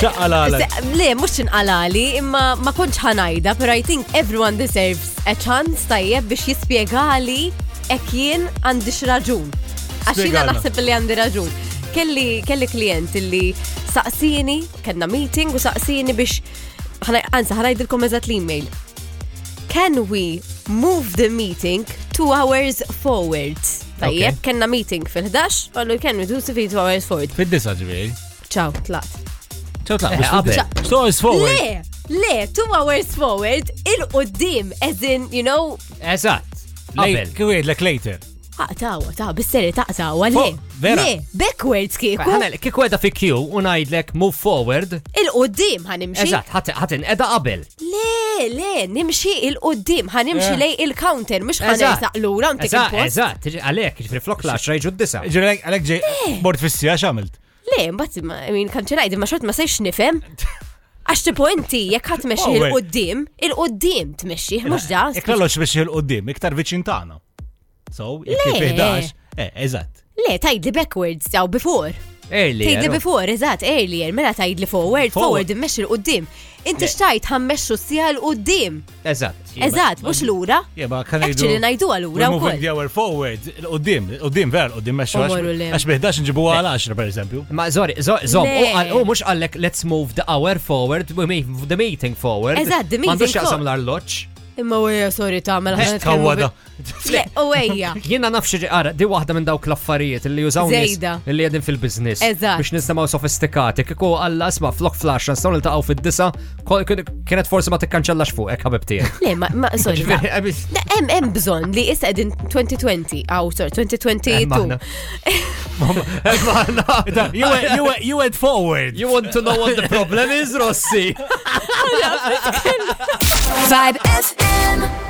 Xaqalala. Le, mux inqalali, imma ma konċ ħanajda, pero I think everyone deserves a chance tajjeb biex jispiegali ek jien għandi xraġun. Għaxina Spiegalna. naħseb li għandi raġun. Kelli, kelli klient li saqsini, kena meeting u saqsini biex ħanaj- Anzi, ħanajdilkom eżat l-email. Can we move the meeting two hours forward? Tajjeb, Okay. kena meeting fil-11, għallu can we do something two hours forward? Fid-disa ġviri. Ciao, tlaqt. ċaw tlaq, biex Eh, qabel. fid-disa. Stories forward. Le, le, two hours forward, il-qoddim, as in, you know, Eżatt. Qabel. Qabel. Kwied l later. taqtawa, ta' bisseri taqtawa, le, Fuq, vera. le, backwards kieku, Ħanel, kik weda fi Q u najdlek move forward, il-qoddim ħanimxi. eżatt, ħatin edha qabel. Le, le, nimxi il-qoddim, ħanimxi Eh. lej il-counter, mux Eżatt. ħanertaq l-ura, ntik Eżatt, il-post. eżatt, tiġi- għalek, ġifri flok lax rajġu d-disa. Ġirek, għalek ġej, bord fissi għax għamilt. Le, mbatt, min kanċenajt, ma xort ma sejx nifem. Għax tipo inti, jek ħat meċi Forward. il-qoddim, il-qoddim tmexxi, mux da. Ikrallox biex il-qoddim, iktar viċin tagħna. So, jekk Le. il-11, eh, eżatt. Le, tajdli backwards, daw before. Tejdi Earlier. before, eżat, earlier, mela tajd li forward, forward, immexxi l-qoddim. Inti xtajt ħammexxu s-sija l-qoddim. Eżatt. Eżat, mux l-ura. Jeba, kan Actually, najdu għal-ura u Moving koll. the hour forward, il-qoddim, il-qoddim vera l-qoddim meċu Omorru lem. għax biħdax nġibu għal 10 per eżempju. Ma zori, zo- zom, Le. u għal- u mux għallek let's move the hour forward, we move the meeting forward. Eżatt, the meeting Mandux jaqsam forward. l-arloċ. Imma u eja, sorry, ta' mela Għax tawada. Le, u eja. Jiena nafx ġi- ara, di waħda minn dawk l-affarijiet li jużaw nies Zejda. li jedin fil-biznis. Eżatt. Biex nistamaw sofistikati. Kiku għalla sma flok flash, nistaw nil-taqaw fil-disa, ko- kien- kienet forsi ma tikkanċellax fuqek, ħabibti. Le, ma, ma, sorry. ta. Da, em, em bżon li issa edin 2020, aw, sorry, Eh, maħna. 2022. You went- you went- You went forward. You want to know what the problem is, Rossi? Vibe FM.